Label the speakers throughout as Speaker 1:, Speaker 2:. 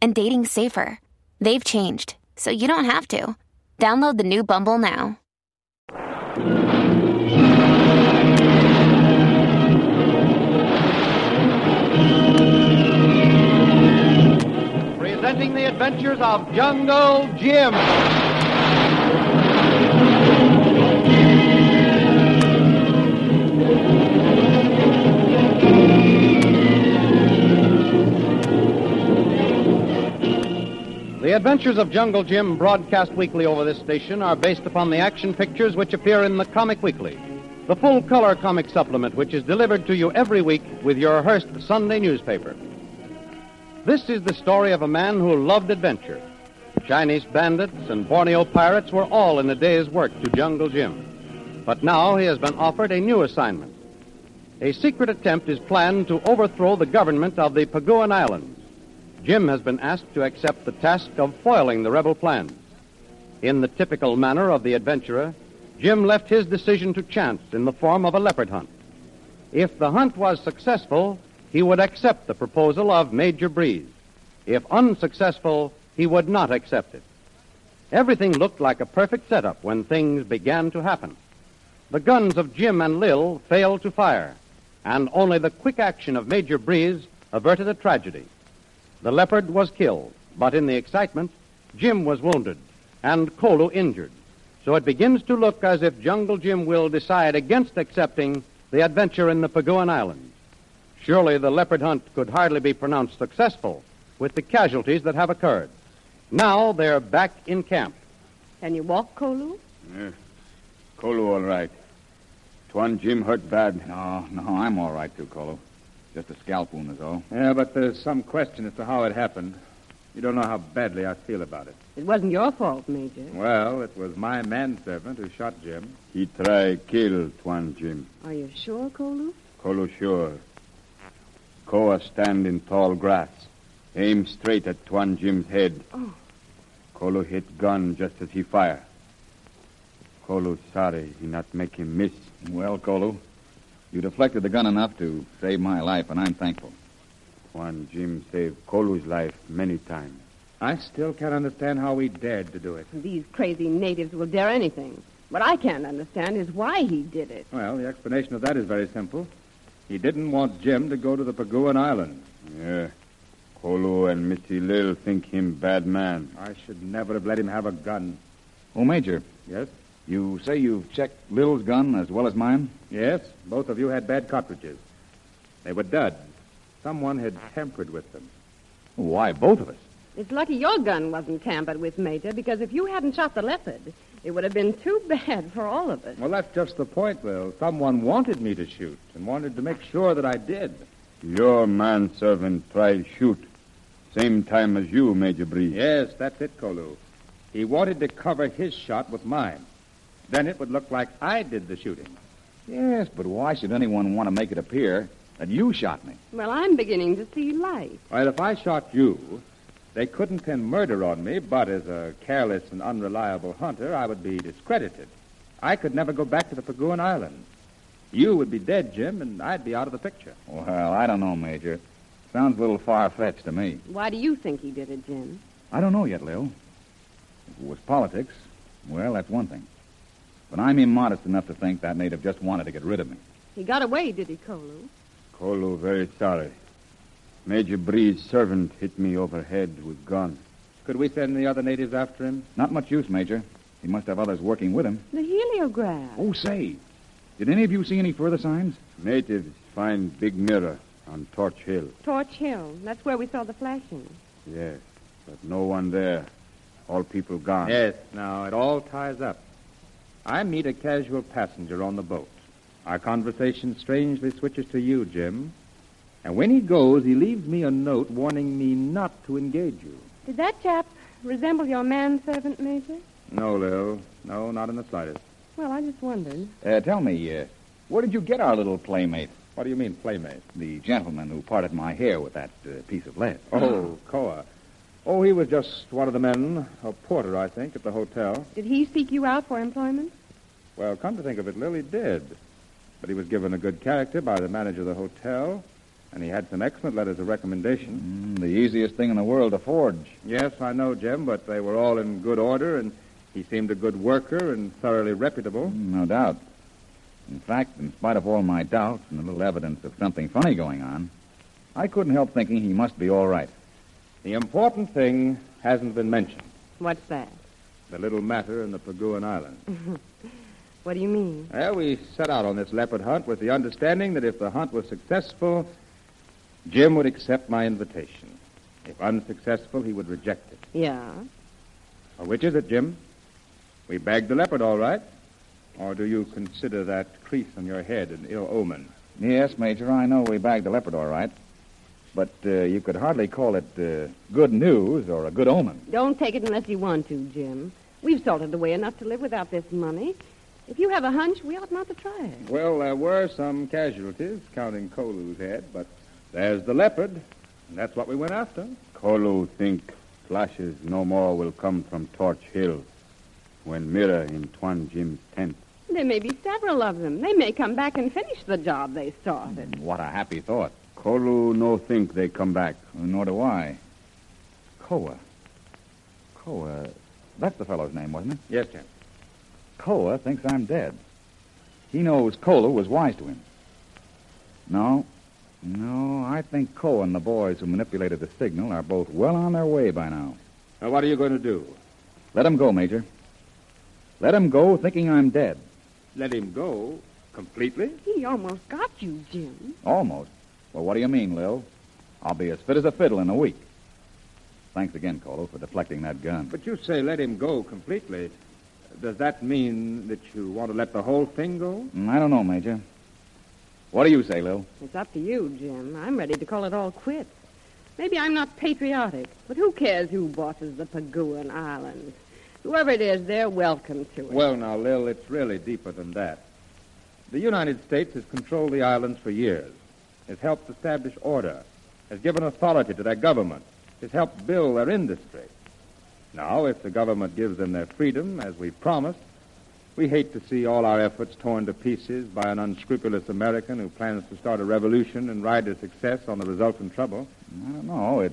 Speaker 1: and dating safer. They've changed, so you don't have to. Download the new Bumble now.
Speaker 2: Presenting the adventures of Jungle Jim. The adventures of Jungle Jim, broadcast weekly over this station, are based upon the action pictures which appear in the Comic Weekly, the full color comic supplement which is delivered to you every week with your Hearst Sunday newspaper. This is the story of a man who loved adventure. Chinese bandits and Borneo pirates were all in a day's work to Jungle Jim. But now he has been offered a new assignment. A secret attempt is planned to overthrow the government of the Paguan Islands. Jim has been asked to accept the task of foiling the rebel plans. In the typical manner of the adventurer, Jim left his decision to chance in the form of a leopard hunt. If the hunt was successful, he would accept the proposal of Major Breeze. If unsuccessful, he would not accept it. Everything looked like a perfect setup when things began to happen. The guns of Jim and Lil failed to fire, and only the quick action of Major Breeze averted a tragedy. The leopard was killed, but in the excitement, Jim was wounded and Kolo injured. So it begins to look as if Jungle Jim will decide against accepting the adventure in the Paguan Islands. Surely the leopard hunt could hardly be pronounced successful with the casualties that have occurred. Now they're back in camp.
Speaker 3: Can you walk, Kolu?
Speaker 4: Kolo, all right. Twan Jim hurt bad. No, no, I'm all right too, Kolo.
Speaker 5: Just a scalp wound is all.
Speaker 4: Yeah, but there's some question as to how it happened. You don't know how badly I feel about it.
Speaker 3: It wasn't your fault, Major.
Speaker 4: Well, it was my manservant who shot Jim. He try kill Twan Jim.
Speaker 3: Are you sure, Kolu?
Speaker 4: Kolo sure. Koa stand in tall grass. Aim straight at Twan Jim's head.
Speaker 3: Oh.
Speaker 4: Kolo hit gun just as he fire. Kolo sorry he not make him miss.
Speaker 5: Well, Kolo, you deflected the gun enough to save my life, and I'm thankful.
Speaker 4: Twan Jim save Kolo's life many times. I still can't understand how he dared to do it.
Speaker 3: These crazy natives will dare anything. What I can't understand is why he did it.
Speaker 4: Well, the explanation of that is very simple. He didn't want Jim to go to the Paguan Islands. Yeah. Kolo and Missy Lil think him bad man. I should never have let him have a gun.
Speaker 5: Oh, Major,
Speaker 4: Yes?
Speaker 5: you say you've checked Lil's gun as well as mine?
Speaker 4: Yes, both of you had bad cartridges. They were dud. Someone had tampered with them.
Speaker 5: Why, both of us.
Speaker 3: It's lucky your gun wasn't tampered with, Major, because if you hadn't shot the leopard, it would have been too bad for all of us.
Speaker 4: Well, that's just the point, Lil. Someone wanted me to shoot and wanted to make sure that I did. Your manservant tried shoot, same time as you, Major Breeze. Yes, that's it, Kolu. He wanted to cover his shot with mine. Then it would look like I did the shooting.
Speaker 5: Yes, but why should anyone want to make it appear that you shot me?
Speaker 3: Well, I'm beginning to see light.
Speaker 4: Well, if I shot you, they couldn't pin murder on me, but as a careless and unreliable hunter, I would be discredited. I could never go back to the Paguan Islands. You would be dead, Jim, and I'd be out of the picture.
Speaker 5: Well, I don't know, Major. Sounds a little far fetched to me.
Speaker 3: Why do you think he did it, Jim?
Speaker 5: I don't know yet, Lil. If it was politics, well, that's one thing. But I'm immodest enough to think that native just wanted to get rid of me.
Speaker 3: He got away, did he, Kolu?
Speaker 4: Kolo very sorry. Major Bree's servant hit me overhead with gun. Could we send the other natives after him?
Speaker 5: Not much use, Major. He must have others working with him.
Speaker 3: The heliograph.
Speaker 5: Oh, say, did any of you see any further signs?
Speaker 4: Natives find Big Mirror on Torch Hill.
Speaker 3: Torch Hill. That's where we saw the flashing.
Speaker 4: Yes, but no one there. All people gone.
Speaker 6: Yes, now it all ties up. I meet a casual passenger on the boat. Our conversation strangely switches to you, Jim. And when he goes, he leaves me a note warning me not to engage you.
Speaker 3: Did that chap resemble your manservant, Major?
Speaker 2: No, Lil. No, not in the slightest.
Speaker 3: Well, I just wondered.
Speaker 5: Uh, tell me, uh, where did you get our little playmate?
Speaker 2: What do you mean, playmate?
Speaker 5: The gentleman who parted my hair with that uh, piece of lead.
Speaker 2: Oh, Koa. Oh, he was just one of the men, a porter, I think, at the hotel.
Speaker 3: Did he seek you out for employment?
Speaker 2: Well, come to think of it, Lil, he did. But he was given a good character by the manager of the hotel, and he had some excellent letters of recommendation.
Speaker 5: Mm, the easiest thing in the world to forge.
Speaker 2: Yes, I know, Jim, but they were all in good order, and he seemed a good worker and thoroughly reputable.
Speaker 5: Mm, No doubt. In fact, in spite of all my doubts and a little evidence of something funny going on, I couldn't help thinking he must be all right.
Speaker 2: The important thing hasn't been mentioned
Speaker 3: What's that?
Speaker 2: the little matter in the Paguan Island.
Speaker 3: What do you mean?
Speaker 2: Well, we set out on this leopard hunt with the understanding that if the hunt was successful, Jim would accept my invitation. If unsuccessful, he would reject it.
Speaker 3: Yeah.
Speaker 2: Well, which is it, Jim? We bagged the leopard, all right. Or do you consider that crease on your head an ill omen?
Speaker 5: Yes, Major, I know we bagged the leopard all right. But uh, you could hardly call it uh, good news or a good omen.
Speaker 3: Don't take it unless you want to, Jim. We've salted away enough to live without this money. If you have a hunch, we ought not to try it.
Speaker 2: Well, there were some casualties, counting Kolu's head, but there's the leopard, and that's what we went after.
Speaker 7: Kolu think flashes no more will come from Torch Hill when Mira in Tuan Jim's tent.
Speaker 3: There may be several of them. They may come back and finish the job they started.
Speaker 5: What a happy thought.
Speaker 7: Kolu no think they come back.
Speaker 5: Nor do I. Koa. Koa. That's the fellow's name, wasn't it?
Speaker 2: Yes, Jim.
Speaker 5: Koa thinks I'm dead. He knows Kola was wise to him. No. No, I think Koa and the boys who manipulated the signal are both well on their way by now.
Speaker 2: Now, what are you going to do?
Speaker 5: Let 'em go, Major. Let 'em go thinking I'm dead.
Speaker 2: Let him go completely?
Speaker 3: He almost got you, Jim.
Speaker 5: Almost. Well, what do you mean, Lil? I'll be as fit as a fiddle in a week. Thanks again, Colo, for deflecting that gun.
Speaker 2: But you say let him go completely. Does that mean that you want to let the whole thing go?
Speaker 5: Mm, I don't know, Major. What do you say, Lil?
Speaker 3: It's up to you, Jim. I'm ready to call it all quits. Maybe I'm not patriotic, but who cares who bosses the Paguan Islands? Whoever it is, they're welcome to it.
Speaker 2: Well, Oh, now, Lil, it's really deeper than that. The United States has controlled the islands for years, has helped establish order, has given authority to their government, has helped build their industry. Now, if the government gives them their freedom, as we promised, we hate to see all our efforts torn to pieces by an unscrupulous American who plans to start a revolution and ride to success on the resultant trouble.
Speaker 5: I don't know. It,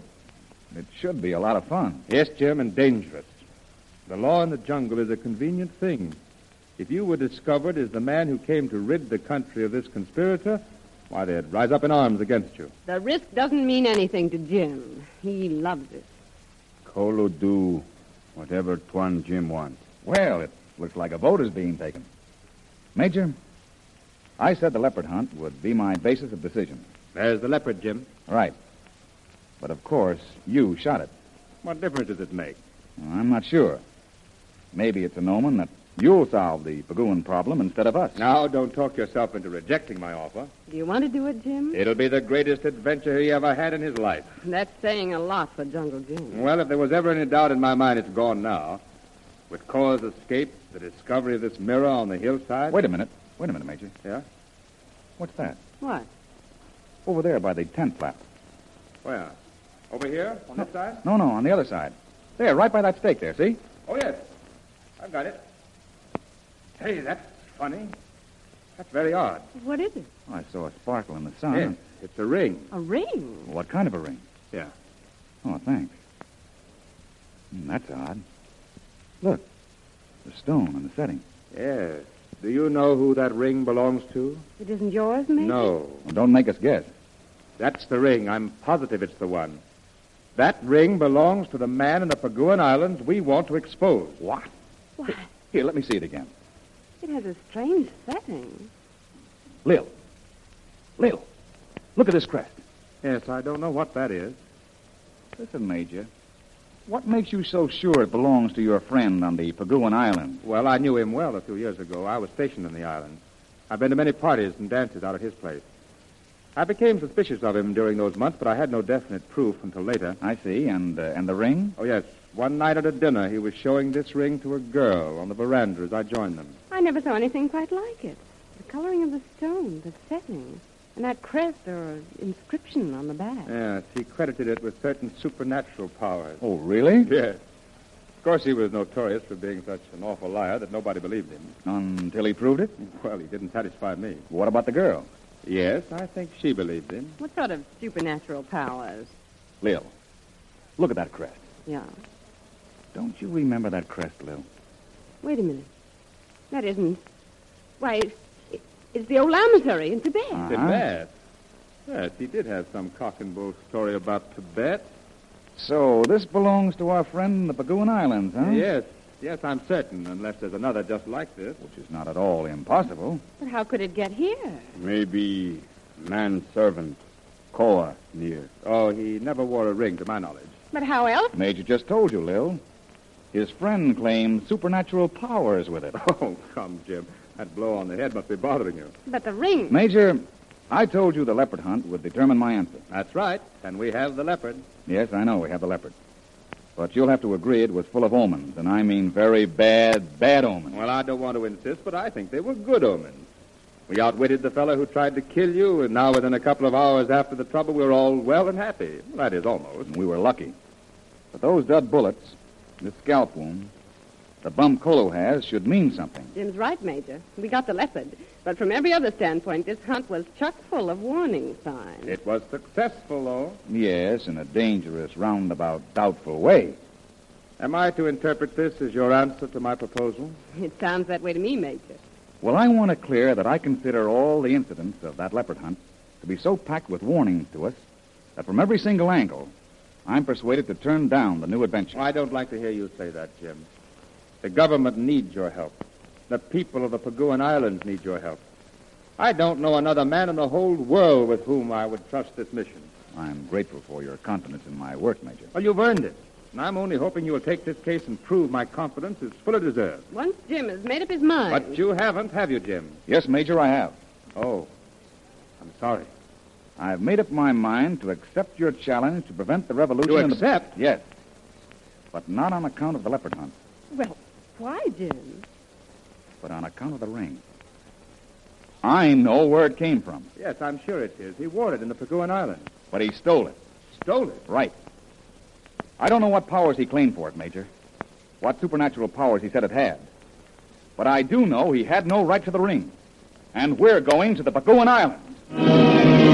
Speaker 5: it should be a lot of fun.
Speaker 2: Yes, Jim, and dangerous. The law in the jungle is a convenient thing. If you were discovered as the man who came to rid the country of this conspirator, why, they'd rise up in arms against you.
Speaker 3: The risk doesn't mean anything to Jim. He loves it.
Speaker 7: Kolu do whatever Tuan Jim wants.
Speaker 5: Well, it looks like a vote is being taken. Major, I said the leopard hunt would be my basis of decision.
Speaker 2: There's the leopard, Jim.
Speaker 5: Right. But of course, you shot it.
Speaker 2: What difference does it make?
Speaker 5: I'm not sure. Maybe it's an omen that you'll solve the Paguan problem instead of us.
Speaker 2: Now, don't talk yourself into rejecting my offer.
Speaker 3: Do you want to do it, Jim?
Speaker 2: It'll be the greatest adventure he ever had in his life.
Speaker 3: That's saying a lot for Jungle Jim.
Speaker 2: Well, if there was ever any doubt in my mind, it's gone now. With Cora's escape, the discovery of this mirror on the hillside.
Speaker 5: Wait a minute. Wait a minute, Major.
Speaker 2: Yeah?
Speaker 5: What's that?
Speaker 3: What?
Speaker 5: Over there by the tent flap.
Speaker 2: Where? Over here? On this side?
Speaker 5: No, no, on the other side. There, right by that stake there, see?
Speaker 2: Oh, yes. I've got it. Hey, that's funny. That's very odd.
Speaker 3: What is it?
Speaker 5: I saw a sparkle in the sun.
Speaker 2: Yes, it's a ring.
Speaker 3: A ring.
Speaker 5: What kind of a ring?
Speaker 2: Yeah.
Speaker 5: Oh, thanks. Hmm, that's odd. Look, the stone and the setting.
Speaker 2: Yes. Do you know who that ring belongs to?
Speaker 3: It isn't yours, Major?
Speaker 2: No.
Speaker 5: Well, don't make us guess.
Speaker 2: That's the ring. I'm positive it's the one. That ring belongs to the man in the Paguan Islands we want to expose.
Speaker 5: What?
Speaker 3: Why,
Speaker 5: Here, let me see it again.
Speaker 3: it has a strange setting.
Speaker 5: Lil. Lil, look at this crest.
Speaker 2: Yes, I don't know what that is.
Speaker 5: Listen, Major. What makes you so sure it belongs to your friend on the Paguan Island?
Speaker 2: Well, I knew him well a few years ago. I was stationed in the island. I've been to many parties and dances out at his place.
Speaker 6: I became suspicious of him during those months, but I had no definite proof until later.
Speaker 5: I see. And uh, and the ring?
Speaker 6: Oh, yes. One night at a dinner, he was showing this ring to a girl on the veranda as I joined them.
Speaker 3: I never saw anything quite like it. The coloring of the stone, the setting, and that crest or inscription on the back.
Speaker 6: Yes, he credited it with certain supernatural powers.
Speaker 5: Oh, really?
Speaker 6: Yes. Of course, he was notorious for being such an awful liar that nobody believed him.
Speaker 5: Until he proved it?
Speaker 6: Well, he didn't satisfy me.
Speaker 5: What about the girl?
Speaker 6: Yes, I think she believed him.
Speaker 3: What sort of supernatural powers?
Speaker 5: Lil. Look at that crest.
Speaker 3: Yeah.
Speaker 5: Don't you remember that crest, Lil?
Speaker 3: Wait a minute. That isn't. Why, it's, it- it's the old emissary in Tibet.
Speaker 2: Ah.
Speaker 5: Uh-huh.
Speaker 6: Tibet. Yes, he did have some cock and bull story about Tibet.
Speaker 5: So this belongs to our friend in the Paguan Islands, huh?
Speaker 6: Yes, yes, I'm certain, unless there's another just like this.
Speaker 5: Which is not at all impossible.
Speaker 3: But how could it get here?
Speaker 4: Maybe manservant, Koa, near.
Speaker 6: Oh, he never wore a ring, to my knowledge.
Speaker 3: But how else?
Speaker 5: Major just told you, Lil. His friend claimed supernatural powers with it.
Speaker 6: Oh, come, Jim. That blow on the head must be bothering you.
Speaker 3: But the ring.
Speaker 5: Major, I told you the leopard hunt would determine my answer.
Speaker 6: That's right. And we have the leopard.
Speaker 5: Yes, I know we have the leopard. But you'll have to agree it was full of omens, and I mean very bad, bad omens.
Speaker 6: Well, I don't want to insist, but I think they were good omens. We outwitted the fellow who tried to kill you, and now within a couple of hours after the trouble, we're all well and happy. That is almost.
Speaker 5: And we were lucky. But those dud bullets, this scalp wound, the bum Colo has should mean something.
Speaker 3: Jim's right, Major. We got the leopard. But from every other standpoint, this hunt was chock full of warning signs.
Speaker 6: It was successful, though.
Speaker 5: Yes, in a dangerous, roundabout, doubtful way.
Speaker 6: Am I to interpret this as your answer to my proposal?
Speaker 3: It sounds that way to me, Major.
Speaker 5: Well, I want to clear that I consider all the incidents of that leopard hunt to be so packed with warnings to us that from every single angle, I'm persuaded to turn down the new adventure.
Speaker 6: I don't like to hear you say that, Jim. The government needs your help. The people of the Paguan Islands need your help. I don't know another man in the whole world with whom I would trust this mission.
Speaker 5: I'm grateful for your confidence in my work, Major.
Speaker 6: Well, you've earned it. And I'm only hoping you will take this case and prove my confidence is fully deserved.
Speaker 3: Once Jim has made up his mind.
Speaker 6: But you haven't, have you, Jim?
Speaker 5: Yes, Major, I have.
Speaker 6: Oh, I'm sorry.
Speaker 5: I've made up my mind to accept your challenge to prevent the revolution.
Speaker 6: You
Speaker 5: in the-
Speaker 6: accept?
Speaker 5: Yes. But not on account of the leopard hunt,
Speaker 3: Well, why, Jim?
Speaker 5: but on account of the ring. I know where it came from,
Speaker 6: Yes, I'm sure it is. He wore it in the Paguan Islands.
Speaker 5: but he stole it.
Speaker 6: Stole it.
Speaker 5: Right. I don't know what powers he claimed for it, Major. What supernatural powers he said it had. But I do know he had no right to the ring. And we're going to the Paguan Islands.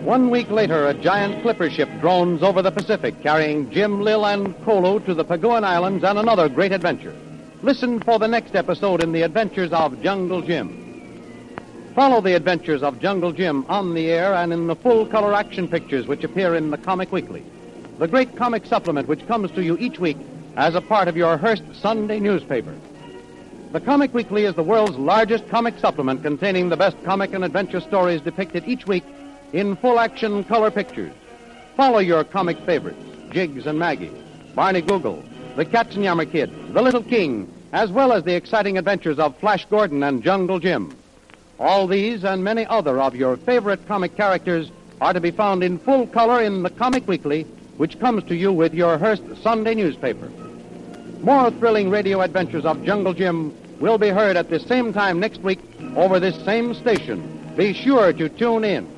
Speaker 2: One week later, a giant clipper ship drones over the Pacific, carrying Jim, Lil, and Kolo to the Paguan Islands and another great adventure. Listen for the next episode in the adventures of Jungle Jim. Follow the adventures of Jungle Jim on the air and in the full color action pictures which appear in the Comic Weekly, the great comic supplement which comes to you each week as a part of your Hearst Sunday newspaper. The Comic Weekly is the world's largest comic supplement containing the best comic and adventure stories depicted each week in full action color pictures. Follow your comic favorites, Jiggs and Maggie, Barney Google, the Katzenjammer Kid, the Little King, as well as the exciting adventures of Flash Gordon and Jungle Jim. All these and many other of your favorite comic characters are to be found in full color in the Comic Weekly, which comes to you with your Hearst Sunday newspaper. More thrilling radio adventures of Jungle Jim will be heard at this same time next week over this same station. Be sure to tune in.